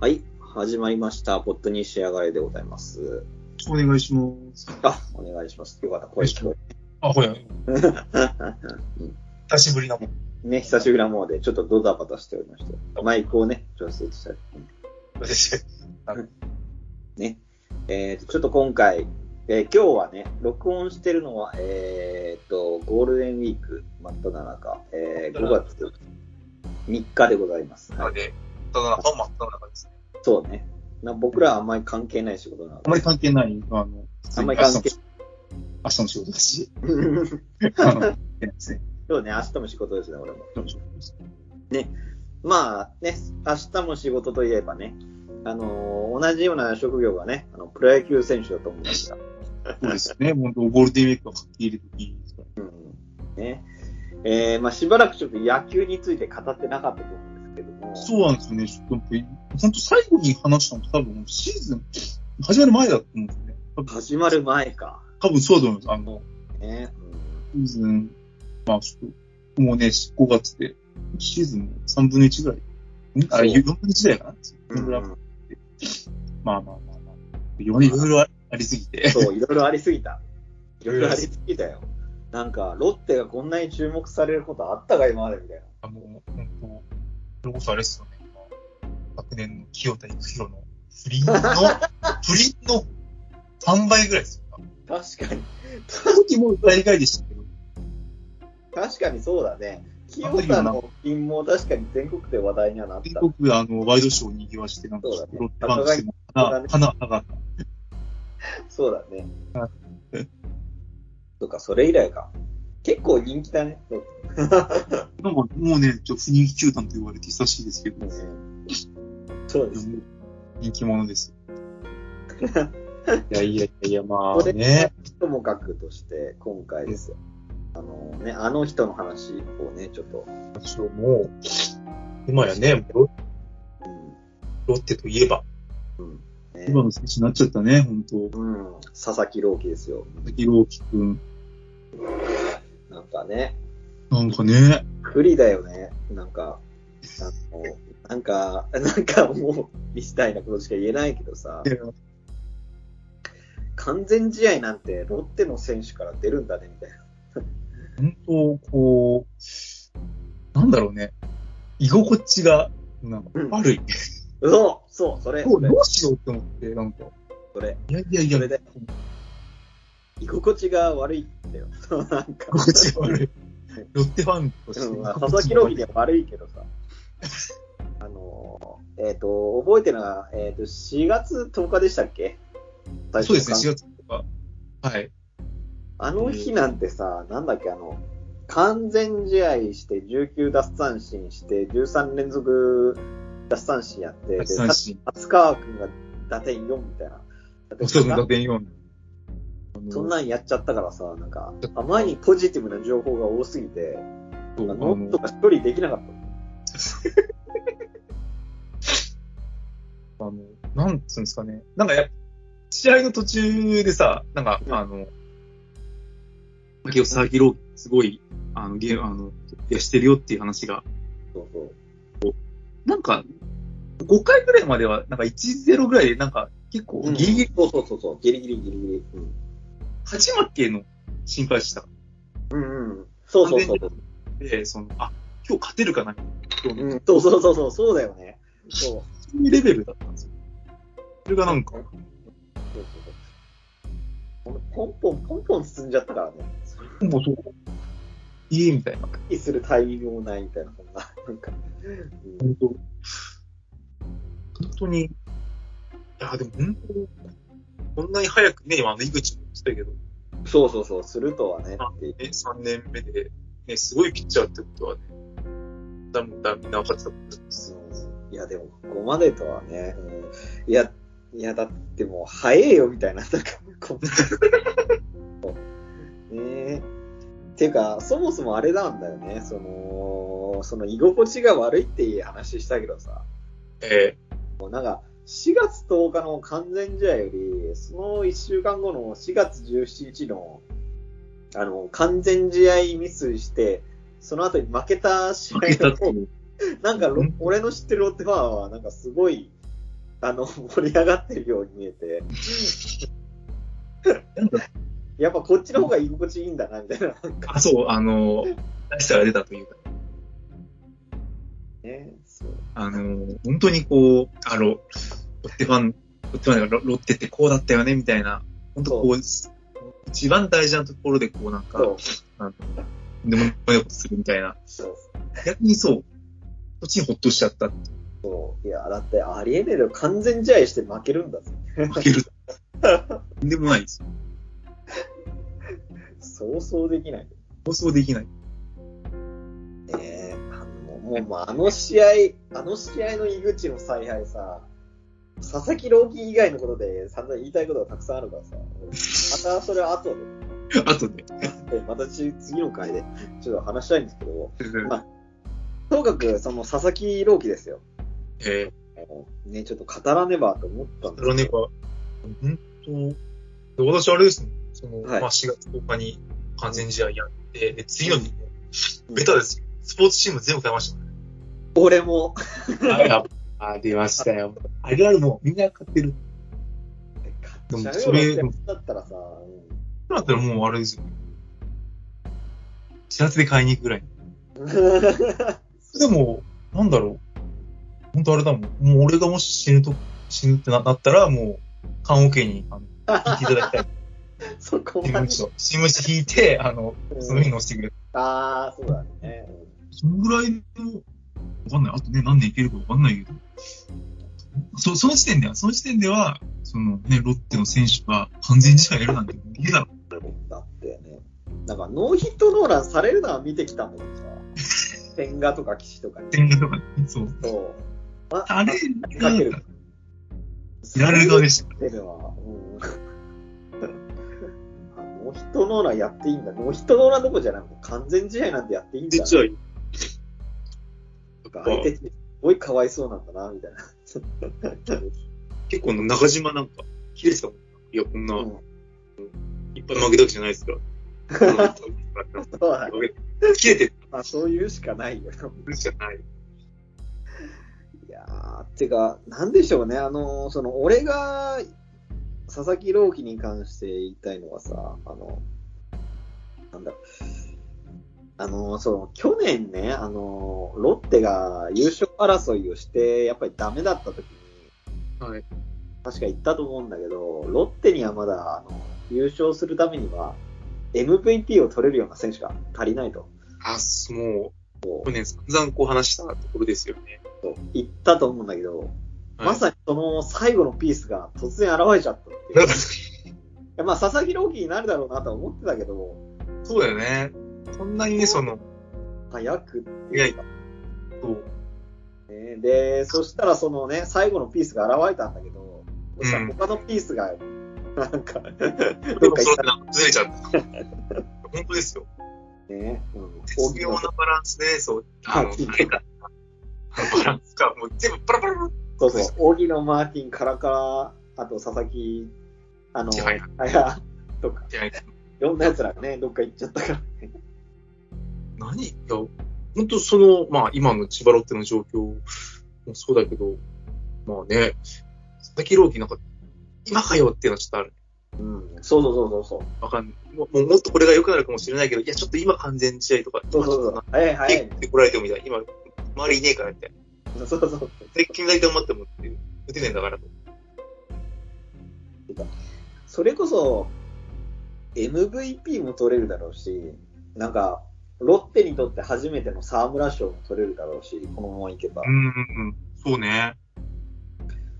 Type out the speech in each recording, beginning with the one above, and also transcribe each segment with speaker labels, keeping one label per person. Speaker 1: はい、始まりました。ポッドに仕上がれでございます。
Speaker 2: お願いします。
Speaker 1: あ、お願いします。よかった、声聞こ
Speaker 2: あ、ほや、
Speaker 1: え
Speaker 2: 久しぶりなもん。
Speaker 1: る。 ね、久しぶりなもので、ちょっとドタバタしておりました。マイクをね、調整したり。
Speaker 2: 私、
Speaker 1: えーと、ちょっと今回、えー今日はね、録音してるのは、えーと、ゴールデンウィーク真っただ中、えー5月3日でございます。
Speaker 3: な
Speaker 1: は
Speaker 3: の
Speaker 1: い、
Speaker 3: で、ただ中、真っ只中ですね。
Speaker 1: そうね。な僕らはあんまり関係ない仕事なの
Speaker 2: あんま
Speaker 1: で
Speaker 2: り、関係ない、あの、
Speaker 1: あんまり関係
Speaker 2: 明日の明日の仕事だし。
Speaker 1: ない。
Speaker 2: あのですね
Speaker 1: そうね、明日も仕事ですね、俺も。
Speaker 2: 明日の仕事です
Speaker 1: まあね、明日も仕事といえばね、あのー同じような職業がね、あのプロ野球選手だと思いました。
Speaker 2: そうですよ ね。本当ゴールデンウィークが書き入れる時ですか
Speaker 1: ね。えーまあしばらくちょっと野球について語ってなかったと思うんですけども。
Speaker 2: ら。そうなんですよね。ちょっと、本当最後に話したの多分、シーズン始まる前だと思うんですよね。多分、
Speaker 1: 始まる前か。
Speaker 2: 多分そうだと思います。あの、
Speaker 1: ね。
Speaker 2: シーズン、まあ、ちょっと、もうね、5月で、シーズンの3分の1ぐらい。んあ、
Speaker 1: そう
Speaker 2: 4分の1ぐらいかな。
Speaker 1: うん。うん
Speaker 2: まあまあまあまあ。いろいろありすぎて。
Speaker 1: そう、いろいろありすぎ た。いろいろありすぎたよ。なんか、ロッテがこんなに注目されることあったか、今までみたいな。
Speaker 3: あの、本当、それこそあれですよね。昨年の清田育弘の不 倫の、不倫の3倍ぐらいですよ。
Speaker 1: 確かに、
Speaker 2: 時も大概でしたけど、
Speaker 1: 確かにそうだね。清田の金も確かに全国で話題にはなった。
Speaker 2: 全国あのワイドショーを賑わして、なんか
Speaker 1: そうだね、
Speaker 2: ロッテバンクスも花、花、花が、
Speaker 1: そうだね。そうか、それ以来か。結構人気だね。そう
Speaker 2: なんかもうね、ちょ不人気球団と言われて久しいですけど、
Speaker 1: そうです。
Speaker 2: 人気者です よ。いやいやいやいや、ま
Speaker 1: こ
Speaker 2: あ
Speaker 1: れ
Speaker 2: ね、
Speaker 1: ともかくとして、今回ですよ。あのね、あの人の話をね、ちょっと。
Speaker 3: 私はもう、今やね、ロロッテといえば、
Speaker 1: うん。ね
Speaker 2: 今の選手になっちゃったね、本当
Speaker 1: うん、佐々木朗希ですよ。
Speaker 2: 佐々木朗希くん。
Speaker 1: なんかね、
Speaker 2: なんかね、
Speaker 1: 不利だよね。なんか、あのなんか、なんかもう、みたいなことしか言えないけどさ、完全試合なんてロッテの選手から出るんだね、みたいな。
Speaker 2: 本当こう、なんだろうね、居心地が、なんか
Speaker 1: うん
Speaker 2: 悪い。
Speaker 1: そうそう、それ、
Speaker 2: ど
Speaker 1: そうれ
Speaker 2: ど、うしようって思って、なんか、
Speaker 1: それ。
Speaker 2: いやいやい
Speaker 1: そ
Speaker 2: や、
Speaker 1: れで居心地が悪いんだよ。 そうなんか。
Speaker 2: 心地悪い。ロッテファンとし
Speaker 1: う
Speaker 2: て。
Speaker 1: んまあ佐々木朗希には悪いけどさ。あのー、えっ、と、覚えてるのが、えっ、と、4月10日でしたっけ
Speaker 2: そうです
Speaker 1: 最
Speaker 2: ね、
Speaker 1: 初の
Speaker 2: 4月とか。はい。
Speaker 1: あの日なんてさ、なんだっけ、あの、完全試合して19奪三振して13連続奪三振やって、で、
Speaker 2: 奪三振
Speaker 1: 達川君が打点4みたいな。だって
Speaker 2: そうそう、打点4。
Speaker 1: そんなんやっちゃったからさ、なんか、あまりにポジティブな情報が多すぎて、
Speaker 2: そうあ
Speaker 1: ノッ
Speaker 2: の
Speaker 1: トが処理できなかった。
Speaker 3: あの、なんつうんですかね。なんかやっぱ、試合の途中でさ、なんか、
Speaker 1: うん
Speaker 3: あの、
Speaker 2: 佐々木佐々木朗希、すごい、あの、ゲーム、あの、いやしてるよっていう話が、
Speaker 1: そうそう。
Speaker 2: なんか、5回ぐらいまでは、なんか1-0ぐらいで、なんか、結構、ギリギリ、
Speaker 1: そうそうそうそう、ギリギリギリギリ。うん
Speaker 2: 勝ち負けの心配してた。
Speaker 1: うんうん。そうそうそう。
Speaker 2: で、その、あ、今日勝てるかな、今日の、
Speaker 1: うん、そうそうそうそう、そうだよね。そう。そう
Speaker 2: そういうレベルだったんですよ。それがなんか、
Speaker 1: そうそう。ポンポン、ポンポン進んじゃったからね。
Speaker 2: もうそう、いいみたいな。
Speaker 1: 意するタイミングもないみたいな、そんな。なんか。うん
Speaker 2: 本当、本当に、いや、でも本当、こんなに早くね、今、あの、井口も言ってたけど、ね、
Speaker 1: そうそうそう、するとはね、っていう
Speaker 2: 3年目で、ね、すごいピッチャーってことはね、だんだんみんな分かってたと思うんですよ。
Speaker 1: いや、でも、ここまでとはね、うん、いや、いや、だってもう、早えよ、みたいな、なんか、こう。 ねえ。ていうか、そもそもあれなんだよね、その、その居心地が悪いっていう話したけどさ、
Speaker 2: え
Speaker 1: もうなんか、4月10日の完全試合より、その1週間後の4月17日の、あの、完全試合ミスして、その後に負けた試合
Speaker 2: 負けた
Speaker 1: の
Speaker 2: って
Speaker 1: 方
Speaker 2: いう。
Speaker 1: なんかロ
Speaker 2: うん
Speaker 1: 俺の知ってるロッテファンは、なんかすごい、あの、 盛り上がってるように見えて、やっぱこっちの方が居心地いいんだな、みたいな。なんか
Speaker 2: あ、そう、あの、出したら出たというか、
Speaker 1: ね、そう。
Speaker 2: あの、本当にこう、あの、ロッテファン、ロッテファンがロロッテってこうだったよね、みたいな、本当こう、一番大事なところでこうなんか、
Speaker 1: そう。
Speaker 2: あの、でもないことするみたいな。
Speaker 1: そう
Speaker 2: 逆にそう、こっちにほっとしちゃったって
Speaker 1: そう。いや、だってありえねえだろ。完全試合して負けるんだぜ。
Speaker 2: 負ける。 とんでもないです。
Speaker 1: そうそうできない。
Speaker 2: 放送できない。
Speaker 1: ねえ、あの、もう、まあ、あの試合、あの試合の井口の采配さ、佐々木朗希以外のことで散々言いたいことがたくさんあるからさ、またそれは後
Speaker 2: あとで。
Speaker 1: で、また次の回でちょっと話したいんですけど、とにかくその佐々木朗希ですよ。
Speaker 2: え
Speaker 1: ね、ちょっと語らねばと思ったん
Speaker 2: ー、
Speaker 1: で
Speaker 2: ロ
Speaker 1: す
Speaker 2: ネ
Speaker 1: け
Speaker 2: バ、本当、で私あれですね、その、
Speaker 1: はい
Speaker 2: まあ4月10日に完全試合やって、で、次の日も、
Speaker 1: うん
Speaker 2: ベタですよ。スポーツチーム全部変えましたね。
Speaker 1: ど、俺も、
Speaker 4: あ、出ましたよ。あるあるもうみんな買ってる。
Speaker 1: でも
Speaker 2: それ
Speaker 1: だったらさ、うん
Speaker 2: そうなったらもうあれですよね。4月で買いに行くぐらい。でも、なんだろう。本当あれだもん。もう俺がもし死ぬと、死ぬってななったら、もう、缶オケに、あの、引いていただきたい。
Speaker 1: そこ
Speaker 2: 新
Speaker 1: ま
Speaker 2: 聞
Speaker 1: で。
Speaker 2: 紙を。新聞紙引いて、あの、その日に押してくれ。
Speaker 1: ああ、そうだね。
Speaker 2: そのぐらいの、わかんない。あとね、何年いけるかわかんないけど。そ、その時点では、その時点では、そのね、ロッテの選手が完全試合やるなんて無理だろ。
Speaker 1: だってね、なんかノーヒットノーランされるのは見てきたもんさ、千賀とか岸とかに。
Speaker 2: 点がとか、そう。
Speaker 1: そう。ま
Speaker 2: あれ
Speaker 1: かける
Speaker 2: が、。やられる側でした。
Speaker 1: 出るわ。うん。 あノーヒットノーランやっていいんだ。ノーヒットノーランどころじゃなくて、完全試合なんてやっていいんだ。
Speaker 4: 実は、
Speaker 1: とか相手ってすごいかわいそうなんだな、みたいな。
Speaker 4: 結構中島なんか、綺麗ですかもん。いや、こんな、
Speaker 1: うん
Speaker 4: いっぱい負けたわけじゃないですから。
Speaker 1: そうだね
Speaker 4: 切れて
Speaker 1: まあ、そういうしかないよ。
Speaker 4: るしかない。
Speaker 1: いやー、てか、なんでしょうね、あのーその、俺が、佐々木朗希に関して言いたいのはさ、あの、なんだろう、あのーその、去年ね、あのーロッテが優勝争いをして、やっぱりダメだった時に、
Speaker 4: はい。
Speaker 1: 確か言ったと思うんだけど、ロッテにはまだ、あの、優勝するためには、MVP を取れるような選手が足りないと。
Speaker 4: あ、そうもう、去年散々こう話したところですよね。
Speaker 1: と言ったと思うんだけど、
Speaker 4: はい
Speaker 1: まさにその最後のピースが突然現れちゃったってい う
Speaker 4: なん
Speaker 1: い
Speaker 4: か
Speaker 1: や。まあ、佐々木朗希になるだろうなとは思ってたけど、
Speaker 2: そうだよね。そんなにね、その、
Speaker 1: 早くって
Speaker 4: いや
Speaker 1: いう
Speaker 4: い
Speaker 1: か、
Speaker 2: そう
Speaker 1: ね。で、そしたらそのね、最後のピースが現れたんだけど、そしたら
Speaker 2: うん
Speaker 1: 他のピースが、 な んか、どっか
Speaker 4: そ
Speaker 1: 行っ
Speaker 4: れ
Speaker 1: た
Speaker 4: なんかずれちゃった。本当ですよ。
Speaker 1: ね。うん、大
Speaker 4: 絶
Speaker 1: き
Speaker 4: 妙
Speaker 1: な
Speaker 4: なバランスで、そう、あの、 あ
Speaker 1: はい
Speaker 4: れだ。あのバランスが、もう全部パラパラパラ。
Speaker 1: そうそう、荻野マーティン、カラカラ、あと佐々木、あの、
Speaker 4: 千
Speaker 1: は
Speaker 4: 早
Speaker 1: やとか、
Speaker 4: いや
Speaker 1: いろんな奴らがね、どっか行っちゃったからね。
Speaker 4: 何いや、本当その、まあ今の千葉ロッテの状況もそうだけど、まあね、佐々木朗希なんか、今かよっていうのはちょっとある。
Speaker 1: うん、そうそうそうそうそう。
Speaker 4: わかんない。もうもっとこれが良くなるかもしれないけど、いや、ちょっと今完全試合とか、
Speaker 1: そうそうそう。早い
Speaker 4: 今ち
Speaker 1: 早
Speaker 4: ょっと
Speaker 1: い
Speaker 4: な。ってこられてもみたいな。今、周りいねえからみたいな。
Speaker 1: そうそうそう。
Speaker 4: 絶対大頑張ってもっていう。打てねえんだからと。
Speaker 1: それこそ、MVP も取れるだろうし、なんか、ロッテにとって初めての沢村賞も取れるだろうし、このままいけば。
Speaker 2: ん、うん、そうね。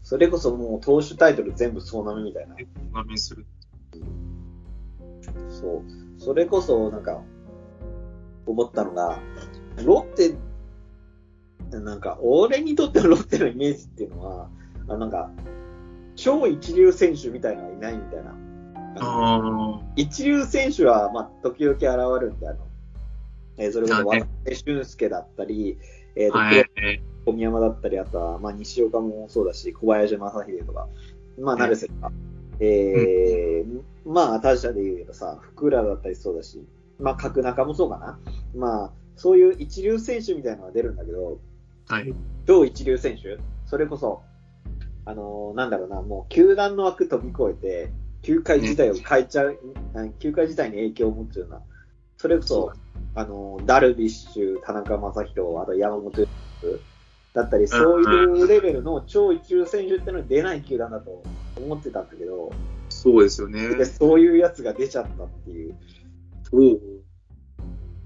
Speaker 1: それこそもう投手タイトル全部総なめみたいな。
Speaker 2: 画面する。
Speaker 1: そう。それこそ、なんか、思ったのが、ロッテ、なんか、俺にとってのロッテのイメージっていうのは、あなんか、超一流選手みたいなのがいないみたいな。あの
Speaker 2: ああ。
Speaker 1: 一流選手は、まあ、時々現れるんで、あの、えーそれこそ渡辺俊介だったり、えーと、
Speaker 2: はい。
Speaker 1: 小宮山だったり、あとは、まあ、西岡もそうだし、小林正秀とか、まあ、成瀬とか、えーまあ、他社で言うとさ、福浦だったりそうだし、まあ、角中もそうかな。まあ、そういう一流選手みたいなのが出るんだけど、
Speaker 2: はい。
Speaker 1: 超一流選手それこそ、あのーなんだろうな、もう球団の枠飛び越えて、球界自体を変えちゃう、あ球界自体に影響を持つような、それこそ、あのーダルビッシュ、田中将大、あと山本由伸だったり、そういうレベルの超一流選手ってのに出ない球団だと思ってたんだけど、
Speaker 4: そうですよね。
Speaker 1: でそういうやつが出ちゃったっていう。
Speaker 4: そう。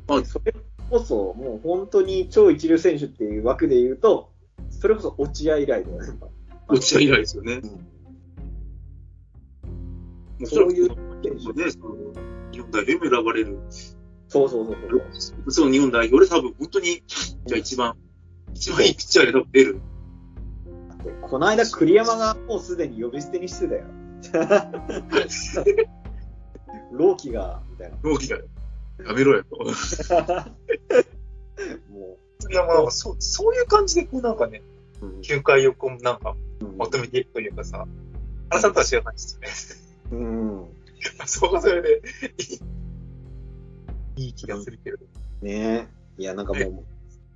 Speaker 4: まあ、
Speaker 1: それこそ、もう本当に超一流選手っていう枠で言うと、それこそ落合以来だよね。
Speaker 4: 落合以来ですよね。
Speaker 1: ん
Speaker 4: もう
Speaker 1: そういう
Speaker 4: 選手ね、その日本代表にも選ばれる。
Speaker 1: そうそうそうそう。
Speaker 4: その日本代表で多分本当に、じゃあ一番、一番いいピッチャーに選ばれる。
Speaker 1: この間、栗山がもうすでに呼び捨てにしてたよ。 老期が、みたいな。
Speaker 4: ローキが、やめろよ。
Speaker 1: も
Speaker 2: いや、まあなんか、そう、そういう感じで、こうなんかね、
Speaker 1: う、うん
Speaker 2: 球界をこう、なんか、まとめていくというかさ、原さんとは知らないですよね。
Speaker 1: うん、
Speaker 2: そうそれで、いいいい気がするけれど。
Speaker 1: ねえ。いや、なんかもう、も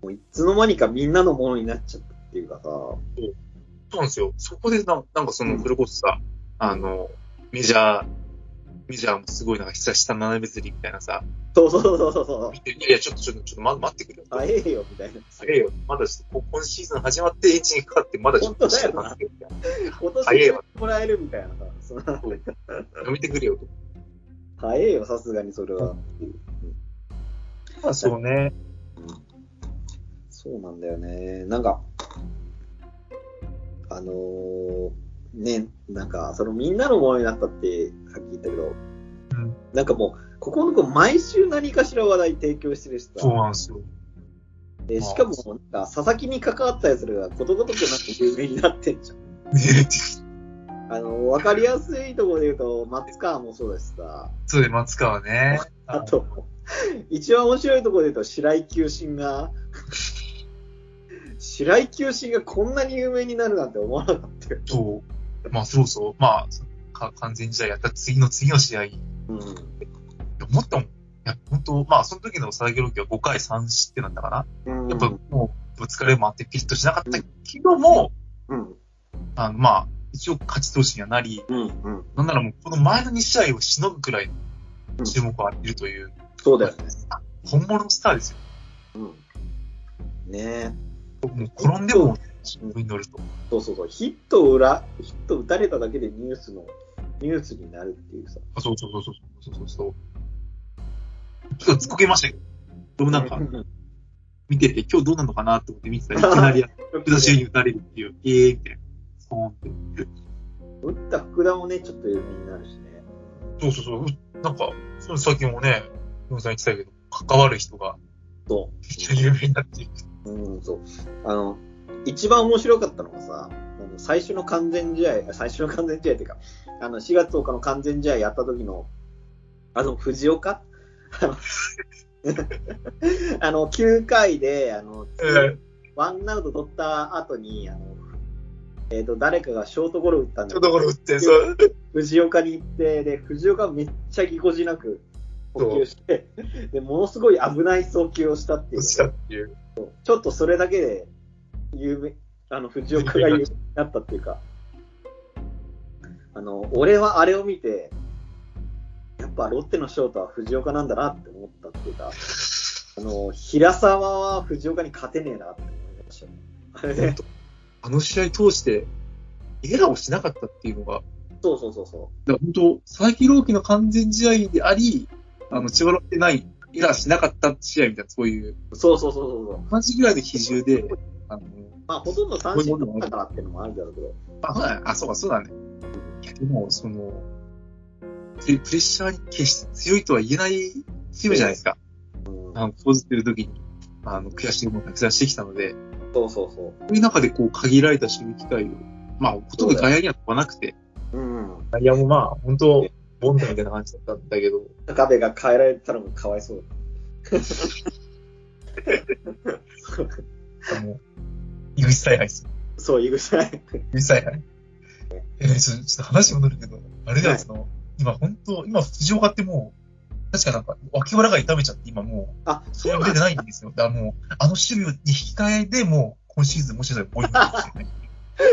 Speaker 1: ういつの間にかみんなのものになっちゃったっていうかさ。
Speaker 4: そうなんですよ。そこでな、なんかその、それこそさ、あの、メジャー、メジャーもすごいなんか久下斜め釣りみたいなさ、
Speaker 1: そうそうそうそうそう。
Speaker 4: 見ていやいや、ちょっとちょっと、ちょっとま待ってくれよ。
Speaker 1: あええよ、みたいな。
Speaker 4: 早いよ。まだちょっとこ、今シーズン始まってエンジンかかって、まだちょっと
Speaker 1: 本当だよな
Speaker 4: 待ってくれよ
Speaker 1: 今年
Speaker 4: 早えわ
Speaker 1: もらえるみたいなさ。その
Speaker 4: やめてくれよと。
Speaker 1: 早えよ、さすがにそれは。
Speaker 2: まあ、そうね。
Speaker 1: そうなんだよね。なんか、あのーね、なんか、そのみんなのものになったって、さっき言ったけど、
Speaker 2: ん
Speaker 1: なんかもう、ここの子、毎週何かしら話題提供してるし
Speaker 2: そう
Speaker 1: さ、
Speaker 2: なんですよ。
Speaker 1: でしかも、なんか、佐々木に関わったやつらがことごとくなんか有名になってんじゃん。あの、わかりやすいところで言うと、松川もそうだしさ、
Speaker 2: そうで、松川ね。
Speaker 1: あと、一番面白いところで言うと、白井球審が、 白井球審がこんなに有名になるなんて思わなかったよ。
Speaker 2: そう。まあ、そうそう。まあ、か完全試合やった次の次の試合、い
Speaker 1: う
Speaker 2: や
Speaker 1: ん
Speaker 2: 思ったもん。いや、本当まあ、その時の佐々木朗希は5回3失点だったかな。
Speaker 1: や
Speaker 2: やっぱもう、ぶつかれもあってピリッとしなかったけども、
Speaker 1: うん、
Speaker 2: あの、まあ、一応勝ち投手にはなり、
Speaker 1: うん、うん。
Speaker 2: なんならもう、この前の2試合をしのぐくらいの注目を浴びるという、
Speaker 1: そうだよね。
Speaker 2: 本物のスターですよ。
Speaker 1: うん。ねえ。
Speaker 2: もう転んでも、上に乗ると。
Speaker 1: そうそうそう。ヒットを裏、ヒット打たれただけでニュースの、ニュースになるっていうさ。
Speaker 2: あそうそうそうそうそうそうそう。ちょっと突っこけましたけど、でもなんか
Speaker 1: う、ん
Speaker 2: 見てて、今日どうなのかなって思って見てたら、いきなり、福田周に打たれるっていう、ええー、みたいな。そう
Speaker 1: 打った福田もね、ちょっと有名になるしね。
Speaker 2: そうそうそう。なんか、その先もね、ヨンさん言ってたけど、関わる人が、
Speaker 1: そ
Speaker 2: 有名になっていく。
Speaker 1: う。うん、そう。あの、一番面白かったのがさ、あの最初の完全試合、最初の完全試合っていうか、あの、4月10日の完全試合やった時の、あの、藤岡あの、あの9回で、あの、
Speaker 2: えー、
Speaker 1: ワンアウト取った後に、あの、えっ、と、誰かがショートゴロ打ったんだ
Speaker 2: ちょ
Speaker 1: け
Speaker 2: っ
Speaker 1: ど、
Speaker 2: ところ打って、そう。
Speaker 1: 藤岡に行って、で、藤岡めっちゃぎこちなく捕球して、で、ものすごい危ない送球をしたっていう
Speaker 2: 打
Speaker 1: の
Speaker 2: ちた
Speaker 1: が、
Speaker 2: っていう。
Speaker 1: ちょっとそれだけで、有名、あの、藤岡が有名になったっていうか、あの、俺はあれを見て、やっぱロッテのショートは藤岡なんだなって思ったっていうか、あの、平沢は藤岡に勝てねえなって思いましたね。あれね
Speaker 4: あの試合通して、エラーをしなかったっていうのが、
Speaker 1: そうそうそうそ
Speaker 4: だから本当、佐々木朗希の完全試合であり、あの、千葉ロッテない、エラーしなかった試合みたいな、そういう、
Speaker 1: う。そうそうそうそうそう。
Speaker 4: 同じぐらいの比重で、あの、
Speaker 1: まあ、ほとんど三振だったからっていうのもあるだろうけど。
Speaker 4: あ、そうだね、あ、そうか、そうだね。いやでも、その、プレプレッシャーに決して強いとは言えないチームじゃないですか。
Speaker 1: うん
Speaker 4: あの、ポーズってる時に、あの、悔しい思いをたくさんしてきたので、
Speaker 1: そうそうそ
Speaker 4: そういう中でこう、限られた守備機会を、まあ、ほとんど外野には飛ばなくて、
Speaker 1: う。うん。
Speaker 4: 外野もまあ、本当ボンダみたいな感じだったんだけど、
Speaker 1: 高部が変えられたのもかわいそう
Speaker 2: あの、井口采配です
Speaker 1: だ。そう、井口さん。
Speaker 2: うるさいね。えーちょちょっと話戻るけど、あれだよ、その、今本当、今藤岡ってもう、確かなんか脇腹が痛めちゃって、今も
Speaker 1: あ、
Speaker 2: う、
Speaker 1: そ
Speaker 2: 試
Speaker 1: う
Speaker 2: 合
Speaker 1: な
Speaker 2: も
Speaker 1: ん
Speaker 2: 出
Speaker 1: だ
Speaker 2: て。ないんで すよ。だからもう、あの守備に引き換えでもう、今シーズンもしかしたらボイルですよ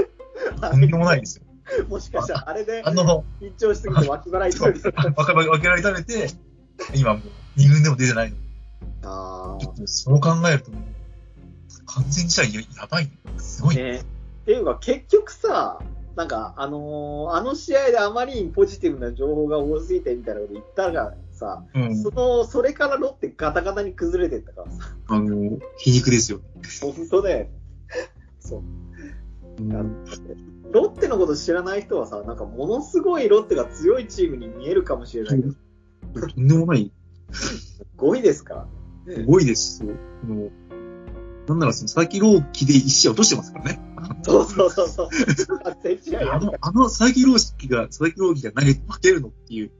Speaker 2: ね。とんでもないですよ。
Speaker 1: もしかしたらあれで
Speaker 2: あの、
Speaker 1: 緊張しすぎて脇腹痛
Speaker 2: そ、
Speaker 1: いう
Speaker 2: わか分けられためて、今もう二軍でも出てないの。
Speaker 1: あ
Speaker 2: ちょっとそう考えると、完全試合ややばい、すご
Speaker 1: あ、
Speaker 2: い、
Speaker 1: ね。っていうか、結局さ、なんか、あのーあの試合であまりにポジティブな情報が多すぎてみたいなこと言ったらさ、
Speaker 2: うん
Speaker 1: そ、の、それからロッテガタガタに崩れてったからさ、
Speaker 2: あの、皮肉ですよ。
Speaker 1: 本当だよね。そう。
Speaker 2: うん
Speaker 1: ロッテのこと知らない人はさ、なんかものすごいロッテが強いチームに見えるかもしれないけど、
Speaker 2: とんでもない、
Speaker 1: 5位ですから。
Speaker 2: すごいですよ。あのなんならその佐々木朗希で一試合落としてますからね。
Speaker 1: そうそうそう そう。あ全試合や
Speaker 2: あ
Speaker 1: る
Speaker 2: の、あの佐々木朗希が、佐々木朗希が投げて負けるのっていう、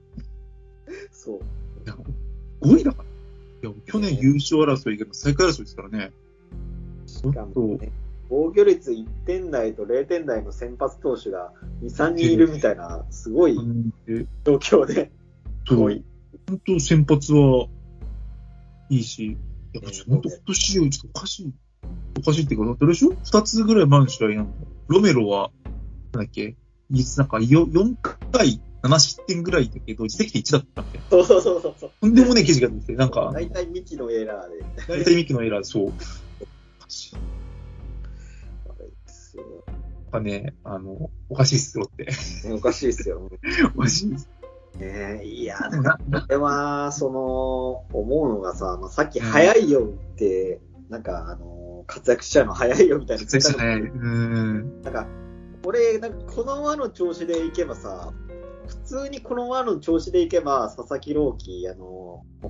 Speaker 1: そう。
Speaker 2: 5位だから。いや、去年優勝争いが最下位争いですからね。ちょ
Speaker 1: しか
Speaker 2: っ
Speaker 1: も
Speaker 2: と、
Speaker 1: ね、防御率1点台と0点台の先発投手が2、3人いるみたいな、すごい
Speaker 2: えっ
Speaker 1: 状況で、
Speaker 2: と、
Speaker 1: 5位。
Speaker 2: 本当先発はいいし、やっぱちょっと本当今年よりちょっとおかしい。おかしいっていうか、どれでしょ二つぐらい前の試合なんか、ロメロは、なんだっけ、いつなんかよ4回7失点ぐらいだけど、自責点1だったんで、
Speaker 1: そうそうそうそうそう。
Speaker 2: とんでもねえ記事が出てて、なんか、
Speaker 1: 大体ミキのエラーで。
Speaker 2: 大体ミキのエラー、そう。おかしい。やっぱね、あの、おかしいっすよって。
Speaker 1: おかしいですよ。
Speaker 2: おかしいっ す。
Speaker 1: ねえ、いや、
Speaker 2: でもな
Speaker 1: これは、その、思うのがさ、まあ、さっき早いよって、なんか、あの、活躍しちゃうの早いよみたいな。
Speaker 2: 活躍したね。うん。
Speaker 1: なんか、俺、なんかこの輪の調子でいけばさ、普通にこの輪の調子でいけば、佐々木朗希、あの、もう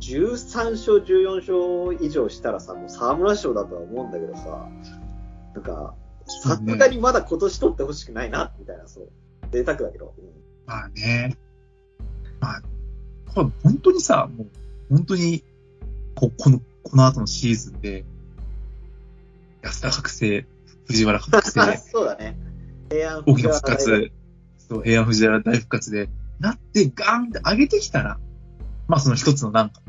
Speaker 1: 13勝、14勝以上したらさ、もう沢村賞だとは思うんだけどさ、なんか、さすがにまだ今年取ってほしくないな、みたいな、そう。贅沢だけど。うん
Speaker 2: まあね。まあ、これ本当にさ、もう、本当に、こ、この、この後のシーズンで、安田覚醒、藤原覚
Speaker 1: あ
Speaker 2: 醒、
Speaker 1: そうだね。平安
Speaker 2: 大きな復活、そう、平安藤原大復活で、なってガーンって上げてきたら、まあその一つのなんか、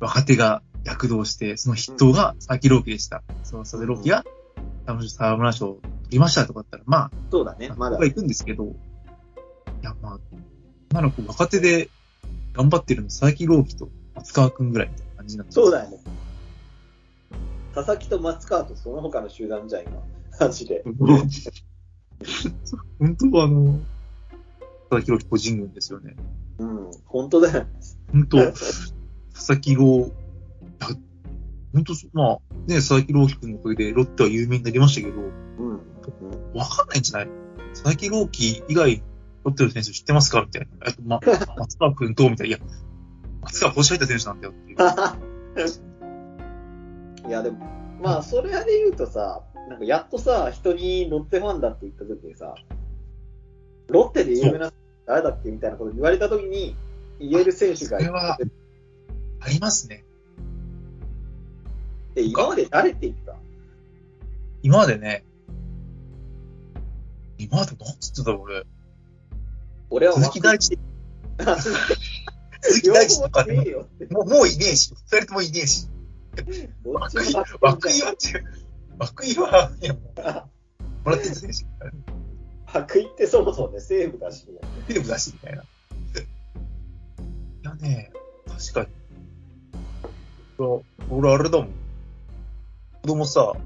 Speaker 2: 若手が躍動して、その筆頭が佐々木朗希でした。その佐々木朗希が、多分沢村賞を取りましたとかだったら、まあ、
Speaker 1: そうだね、まだ
Speaker 2: 僕は。行くんですけど、いや、まあ、ならこう若手で頑張ってるの、佐々木朗希と松川くんぐらいみたいな感じになって
Speaker 1: そう だよね。佐々木と松川とその他の集団じゃん、今。マジで。
Speaker 2: 本当はあの、佐々木朗希個人軍ですよね。
Speaker 1: うん、本当だよね。
Speaker 2: 本当、佐々木朗、いや、本当そ、まあ、ね、佐々木朗希くんのおかげでロッテは有名になりましたけど、
Speaker 1: うん。
Speaker 2: わかんないんじゃない佐々木朗希以外、ロッテの選手知ってますかみたいな。あと、ま、 松川くんどうみたいな。いや、松川星入った選手なんだよっていう。
Speaker 1: いや、でも、まあ、それで言うとさ、なんかやっとさ、人にロッテファンだって言った時にさ、ロッテで有名な誰だっけみたいなこと言われた時に、言える選手がい
Speaker 2: それ
Speaker 1: る
Speaker 2: は、ありますね。
Speaker 1: って、今まで誰って言った
Speaker 2: 今までね、今まで何つってたろう俺。
Speaker 1: 俺は
Speaker 2: 鈴木大地、
Speaker 1: 若い
Speaker 2: 鈴木大地とか
Speaker 1: 両方
Speaker 2: ね
Speaker 1: いいよって
Speaker 2: もう、もういねえし、二人ともいねえし。
Speaker 1: どっち
Speaker 2: 涌井
Speaker 1: も
Speaker 2: は
Speaker 1: バッテ、ン
Speaker 2: 涌
Speaker 1: じ
Speaker 2: 井
Speaker 1: ゃん
Speaker 2: は違う。涌井は、いや、もう、もらってた選手。
Speaker 1: 白衣ってそもそもね、セーブだし、ね、
Speaker 2: テレビだし、みたいな。いやね、確かに。俺、俺あれだもん。子供さ、
Speaker 1: うん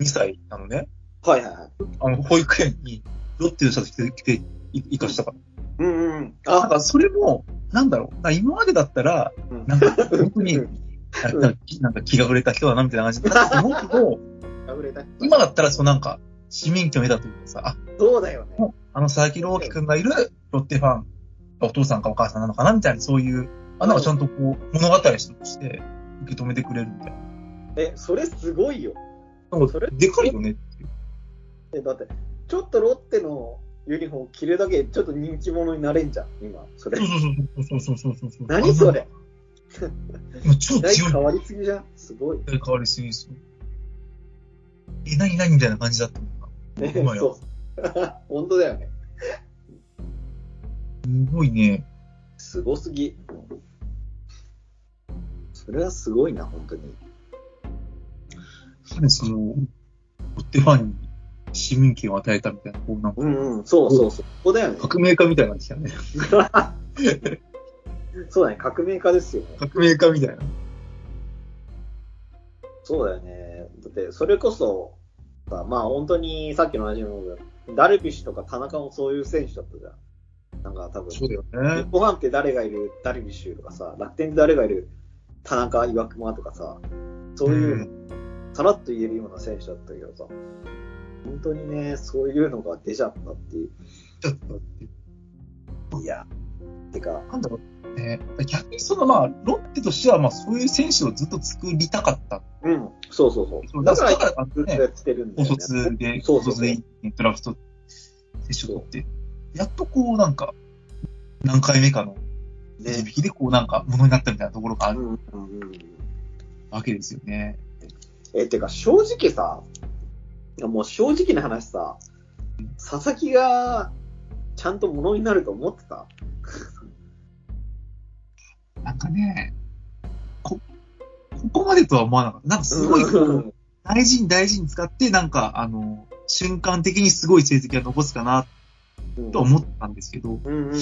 Speaker 2: 2歳なのね。
Speaker 1: はいはいはい。
Speaker 2: あの、保育園に、ロッテのシャツ着て、着て、い行かしたから。
Speaker 1: うんうん。
Speaker 2: なん
Speaker 1: あ、
Speaker 2: かそれも、なんだろう。なんか今までだったら、
Speaker 1: うん
Speaker 2: なんか本 当に、
Speaker 1: う
Speaker 2: なんかなんか気が触れた人だなみたいな感じだったと思うけど、
Speaker 1: 破れた。
Speaker 2: 今だったらそうなんか、市民権を得たというかさ、あ、
Speaker 1: そうだよね。
Speaker 2: あの佐々木朗希くんがいるロッテファン、お父さんかお母さんなのかなみたいな、そういう、あなんかちゃんとこう、物語として受け止めてくれるみたいな。
Speaker 1: え、それすごいよ。
Speaker 2: なん
Speaker 1: そ
Speaker 2: か
Speaker 1: れ
Speaker 2: でかいよねっ ていう。
Speaker 1: えだって、ちょっとロッテのユニフォーム着るだけでちょっと人気者になれんじゃん、今。そ れ
Speaker 2: そう。そうそうそうそうそうそう。
Speaker 1: 何それ
Speaker 2: あの超
Speaker 1: 時代
Speaker 2: 強い
Speaker 1: 変。わりすぎじゃん。すごい。
Speaker 2: 変わりすぎですよ。え、何何みたいな感じだったのか。
Speaker 1: ね、
Speaker 2: 今や
Speaker 1: そう。 本当だよね。
Speaker 2: すごいね。
Speaker 1: すごすぎ。それはすごいな、本当に。
Speaker 2: やっぱりその、ロッテファンに市民権を与えたみたいな、こうなんか
Speaker 1: うんうん、そうそうそう。ここだよね。
Speaker 2: 革命家みたいになってきたね。
Speaker 1: そうだね、革命家ですよね。
Speaker 2: 革命家みたいな。
Speaker 1: そうだよね。だって、それこそ、さまあ本当にさっきの話のダルビッシュとか田中もそういう選手だったじゃん。なんか多分、
Speaker 2: そうだよね。
Speaker 1: ご飯って誰がいるダルビッシュとかさ、楽天って誰がいる田中岩隈とかさ、そういうの、さらっと言えるような選手だったけどさ、本当にね、そういうのが出ちゃったっていう。
Speaker 2: ちょっとっていう
Speaker 1: いや、てか、
Speaker 2: なんだろうね。逆にそのまあ、ロッテとしてはまあ、そういう選手をずっと作りたかった。
Speaker 1: うん、そうそうそう。
Speaker 2: だ
Speaker 1: だ
Speaker 2: か
Speaker 1: からら、
Speaker 2: だから
Speaker 1: ずっとやってるんだ
Speaker 2: 高
Speaker 1: よね。
Speaker 2: 卒で、
Speaker 1: そ
Speaker 2: 高
Speaker 1: うそう
Speaker 2: 卒
Speaker 1: そう
Speaker 2: で。ドラフト選手を取って、やっとこうなんか、何回目かの
Speaker 1: ね
Speaker 2: 導きでこうなんか、ものになったみたいなところがあ
Speaker 1: う
Speaker 2: る
Speaker 1: んうんうん、
Speaker 2: わけですよね。
Speaker 1: え、てか、正直さ、いやもう正直な話さ、佐々木がちゃんとものになると思ってた
Speaker 2: なんかね、こ、ここまでとは思わなかった。なんかすごいこう、大事に大事に使って、なんか、あの、瞬間的にすごい成績が残すかな
Speaker 1: うん
Speaker 2: とは思ったんですけど、
Speaker 1: うんうん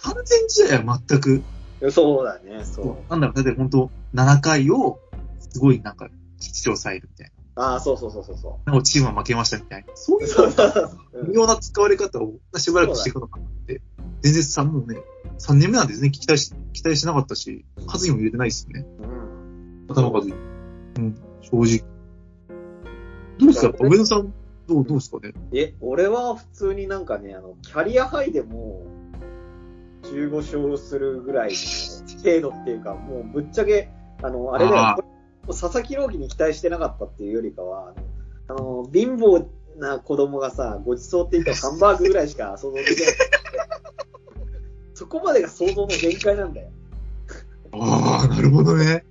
Speaker 2: 完全試合は全く、
Speaker 1: うん。そうだね、そう。
Speaker 2: なんだろう、例えば本当、7回を、すごいなんか、きっちり抑えるみたい
Speaker 1: ああ、そうそうそうそうそ
Speaker 2: な。なんかチームは負けましたみたいな。そう
Speaker 1: う。
Speaker 2: いう
Speaker 1: そうそうそう
Speaker 2: 微妙な使われ方をしばらくしていくのかなって。全然さ、もうね、3年目なんで全然期待し、期待してなかったし、数にも入れてないですよね。
Speaker 1: うん。
Speaker 2: 頭数。うん、正直。どうですかやっぱ上野さん、どう、どうですかね
Speaker 1: え、俺は普通になんかね、あの、キャリアハイでもう、15勝するぐらいの程度っていうか、もうぶっちゃけ、あの、あれだ
Speaker 2: あー
Speaker 1: よ、これ佐々木朗希に期待してなかったっていうよりかは、あの、あの貧乏な子供がさ、ごちそうって言ったらハンバーグぐらいしか想像できない。そこまでが想像の限界なんだよ。
Speaker 2: ああ、なるほどね。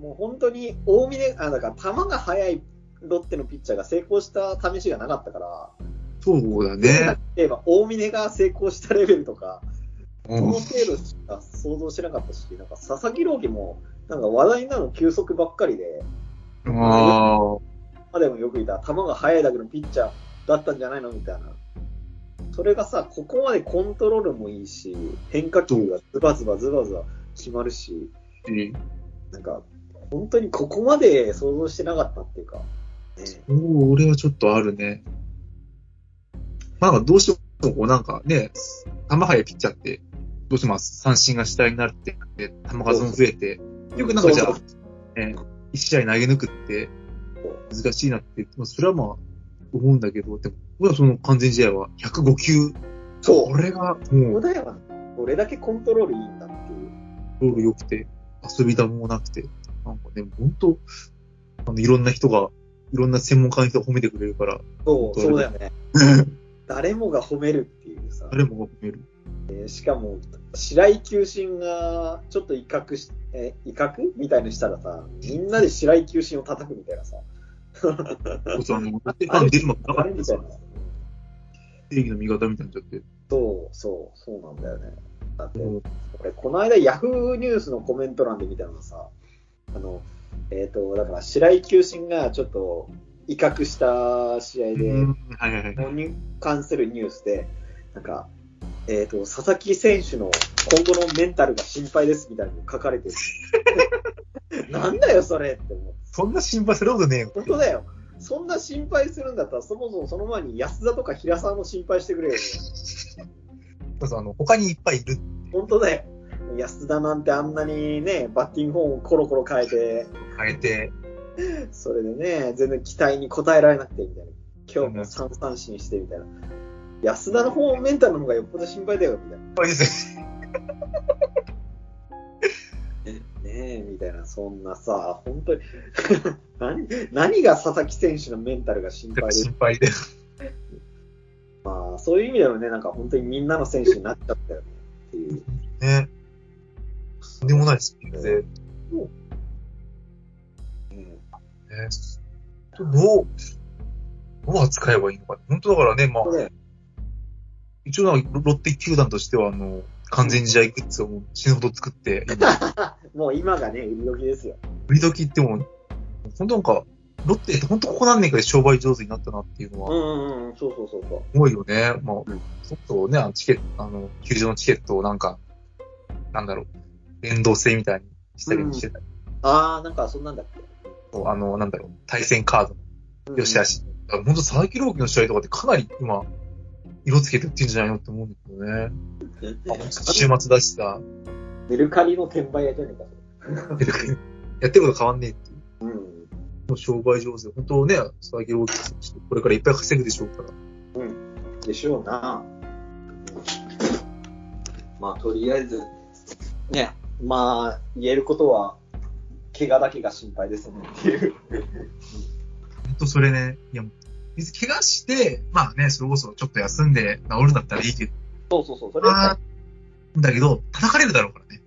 Speaker 1: もう本当に大峰、あ、だから球が速いロッテのピッチャーが成功した試しがなかったから、
Speaker 2: そうだね。
Speaker 1: 例えば大峰が成功したレベルとか、
Speaker 2: う
Speaker 1: その
Speaker 2: ん
Speaker 1: 程度しか想像してなかったし、なんか佐々木朗希も、なんか話題になる球速ばっかりで、
Speaker 2: ああ。
Speaker 1: まあでもよく言った球が速いだけのピッチャーだったんじゃないのみたいな。それがさ、ここまでコントロールもいいし、変化球がズバズバズバズバ決まるし、なんか、本当にここまで想像してなかったっていうか、ね、
Speaker 2: おお、俺はちょっとあるね。まあ、なんかどうしても、こうなんかね、球速いピッチャーって、どうしても三振が主体になって、で球数も増えて、よくなんかじゃ
Speaker 1: そう
Speaker 2: あ、ね、一試合投げ抜くって難しいなって、まあ、それはまあ、思うんだけど、でも、俺はその完全試合は105球、
Speaker 1: そう。
Speaker 2: 俺が
Speaker 1: こ
Speaker 2: も
Speaker 1: こ
Speaker 2: う、
Speaker 1: だよ。俺だけコントロールいいんだっていう。
Speaker 2: ボール良くて、遊び玉もなくて、なんかね、本当あの、いろんな人が、いろんな専門家の人が褒めてくれ るから、
Speaker 1: そう、
Speaker 2: 本当
Speaker 1: そう
Speaker 2: だ
Speaker 1: だよね。誰もが褒めるっていうさ。
Speaker 2: 誰もが褒める。
Speaker 1: えーしかも、白井球審がちょっと威嚇し、えー威嚇みたいにしたらさ、みんなで白井球審を叩くみたいなさ。
Speaker 2: そうそう、あの、あの出るのなか
Speaker 1: あ
Speaker 2: った
Speaker 1: れ
Speaker 2: ん
Speaker 1: みた
Speaker 2: です
Speaker 1: い
Speaker 2: よ
Speaker 1: な。
Speaker 2: 正義の味方みたいになっちゃって。
Speaker 1: そう、そう、そうなんだよね。だって、
Speaker 2: うん
Speaker 1: 俺、この間、ヤフーニュースのコメント欄で見たのがさ、あの、えっ、と、だから、白井球審がちょっと威嚇した試合で、
Speaker 2: はいはいはい。
Speaker 1: これに関するニュースで、なんか、えっ、と、佐々木選手の今後のメンタルが心配ですみたいなの書かれてる。なんだよ、それって思う。
Speaker 2: そんな心配することねえよ。
Speaker 1: 本当だよ。そんな心配するんだったら、そもそもその前に安田とか平沢の心配してくれよ。
Speaker 2: そうそう、あの、他にいっぱいいる。
Speaker 1: 本当だよ。安田なんてあんなにね、バッティングフォームをコロコロ変えて、
Speaker 2: 変えて。
Speaker 1: それでね、全然期待に応えられなくてみたいな。今日も3三振してみたいな。安田の方メンタルの方がよっぽど心配だよ、みたいな。
Speaker 2: そうです
Speaker 1: ねえ、みたいな、そんなさ、本当に 何、何が佐々木選手のメンタルが心配 で、
Speaker 2: 心配で。
Speaker 1: まあ、そういう意味ではね、なんか本当にみんなの選手になっちゃったよねっていう。
Speaker 2: ね。とんでもないです。全然。
Speaker 1: うん
Speaker 2: ね。どう、どう扱えばいいのか。本当だからね、まあ
Speaker 1: こ、れ
Speaker 2: 一応なんかロッテ球団としては、あの、完全試合グッズをもう死ぬほど 作って、今、
Speaker 1: もう今がね、売り時ですよ。
Speaker 2: 売り時ってもう、本当なんか、ロッテって本当ここ何年かで商売上手になったなっていうの
Speaker 1: う
Speaker 2: は
Speaker 1: んうんうん、そうそうそうそう。
Speaker 2: 思うよね。まあ
Speaker 1: うん、
Speaker 2: ちょっとね、あのチケット、あの、球場のチケットをなんか、なんだろう、連動性みたいにしたりもしてたり、
Speaker 1: ああ、なんかそんなんだっ
Speaker 2: とあの、なんだろう、対戦カード
Speaker 1: け。
Speaker 2: の良し悪し。だから本当佐々木朗希の試合とかってかなり今、色つけて売ってんじゃないのって思うんだけどね。
Speaker 1: うん
Speaker 2: あ週末出 した、
Speaker 1: メルカリの転売屋じゃねえか、
Speaker 2: やってること変わんねえっていう。
Speaker 1: それ。うん。
Speaker 2: もう商売上手で、本当ね、佐々木朗希選手これからいっぱい稼ぐでしょうから。
Speaker 1: でしょうな。まあ、とりあえず、ね、まあ、言えることは、怪我だけが心配ですねっていう。
Speaker 2: 本当それね、いや、別に怪我して、まあね、それこそちょっと休んで治るんだったらいいけど、
Speaker 1: そうそうそう、それ
Speaker 2: あ
Speaker 1: は、
Speaker 2: ーだけど、叩かれるだろうからね。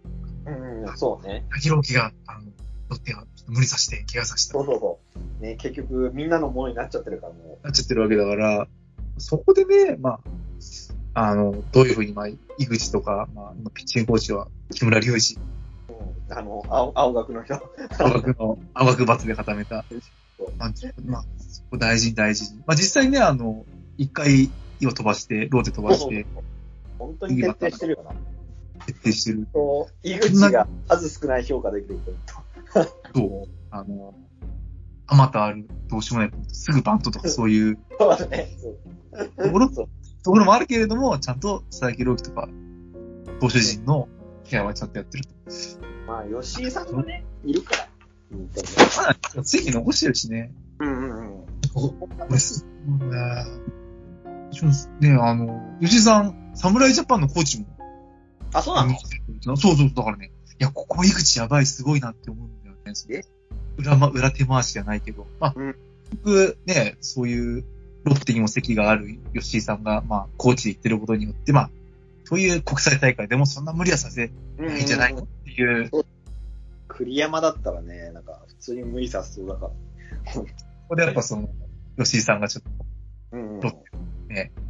Speaker 1: うんうん、そうね。
Speaker 2: 秋朗希が、あの、ロッテはちょっと無理させて怪我させた
Speaker 1: そ。うそうそう。ね、結局、みんなのものになっちゃってるから、も
Speaker 2: なっちゃってるわけだから、そこでね、まあ、あの、どういうふうに、まあ、井口とか、まあ、今ピッチングコーチは、木村隆一、
Speaker 1: う、うんあの、青青学の人。
Speaker 2: 青学の、青学罰で固めた
Speaker 1: そう。
Speaker 2: まあ、まあ、そこ大事に大事に。まあ、実際ね、あの、一回、を飛ばして、ローテ飛ば
Speaker 1: そう
Speaker 2: し
Speaker 1: そう
Speaker 2: て、
Speaker 1: そう本当に徹底してるよな。
Speaker 2: 徹底してる。
Speaker 1: そう、井口が数少ない評価できる人。
Speaker 2: と、あの、あまたある、どうしようもない、すぐバントとかそういう
Speaker 1: そうだね。そう
Speaker 2: ところところもあるけれども、ちゃんと佐々木朗希とか、投手陣のケアはちゃんとやってると。
Speaker 1: まあ、吉井さんもね、いるから。うん
Speaker 2: まだ、席残してるしね。
Speaker 1: うんうん。
Speaker 2: 俺、す、うんね。そうですね、あの、吉井さん、侍ジャパンのコーチも、
Speaker 1: あ、そうなの
Speaker 2: そうそうそう、だからね、いや、ここ井口やばい、すごいなって思うんだよね。その
Speaker 1: え
Speaker 2: 裏ま、裏手回しじゃないけど、まあ、
Speaker 1: うん
Speaker 2: 僕、ね、そういう、ロッテにも席がある吉井さんが、まあ、コーチで行ってることによって、まあ、そういう国際大会でもそんな無理はさせ
Speaker 1: う
Speaker 2: ないんじゃないのっていう、こ
Speaker 1: 栗山だったらね、なんか、普通に無理させそうだか
Speaker 2: こでやっぱその、吉井さんがちょっと、
Speaker 1: ら。うん、うん。
Speaker 2: ど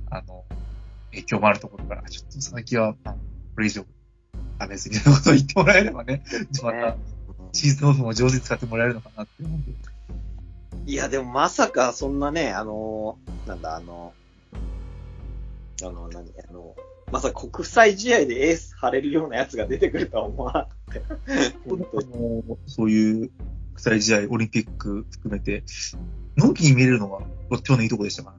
Speaker 2: あの、影響もあるところから、ちょっと佐々木は、まあ、これ以上、ダメですみたいなことを言ってもらえればね、また、シーズンオフも上手に使ってもらえるのかなって思うけど。
Speaker 1: いや、でもまさか、そんなね、あのー、なんだ、あの、あの、何、あの、まさか国際試合でエース張れるようなやつが出てくるとは思わなくて。 本当に。
Speaker 2: あのそういう国際試合、オリンピック含めて、のんきに見れるのがロッテオのいいとこでしたから、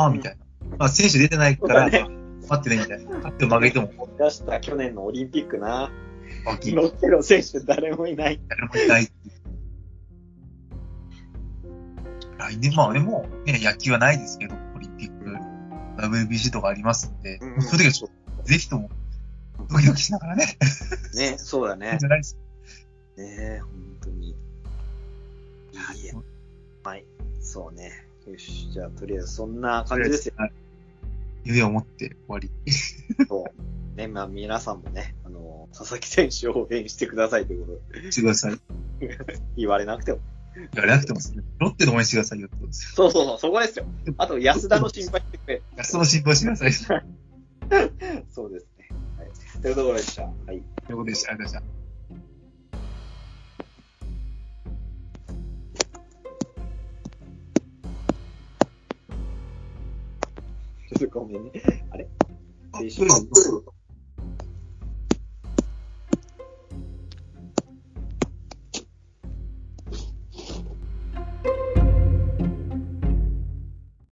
Speaker 2: ああ、みたいな。まあ、選手出てないから、
Speaker 1: そうだ
Speaker 2: 待ってね、みたいな。勝っても負けても、
Speaker 1: 出した去年のオリンピックな。
Speaker 2: あき、
Speaker 1: 乗ってる選手誰もいない。
Speaker 2: 誰もいないっていう。来年、まあ、でも、ね、野球はないですけど、オリンピック、WBC とかありますんで、
Speaker 1: うん
Speaker 2: その時はちょっと、ぜひとも、ドキドキしながらね、
Speaker 1: ね、そうだね
Speaker 2: じ。ゃないです
Speaker 1: ねえ、本当に。いやいや、はい。そうね。よし、じゃあ、とりあえず、そんな感じですよ。
Speaker 2: はい夢を持って終わり。
Speaker 1: そうね、まあ、皆さんもね、あの、佐々木選手を応援してくださいということ
Speaker 2: してください。
Speaker 1: 言われなくても。
Speaker 2: やらなくてもする。ロッテの応援してくださいよってことですよ。
Speaker 1: そうそうそう、そこですよ。あと、安田の心配してくれ。
Speaker 2: 安の心配してください。という
Speaker 1: そうですね。はい。というところでした。はい。
Speaker 2: ことでした。ありがとうございました。
Speaker 1: ちょっとごめんね。あれ
Speaker 2: あ
Speaker 1: 失礼し
Speaker 2: そう
Speaker 1: ま
Speaker 2: ですす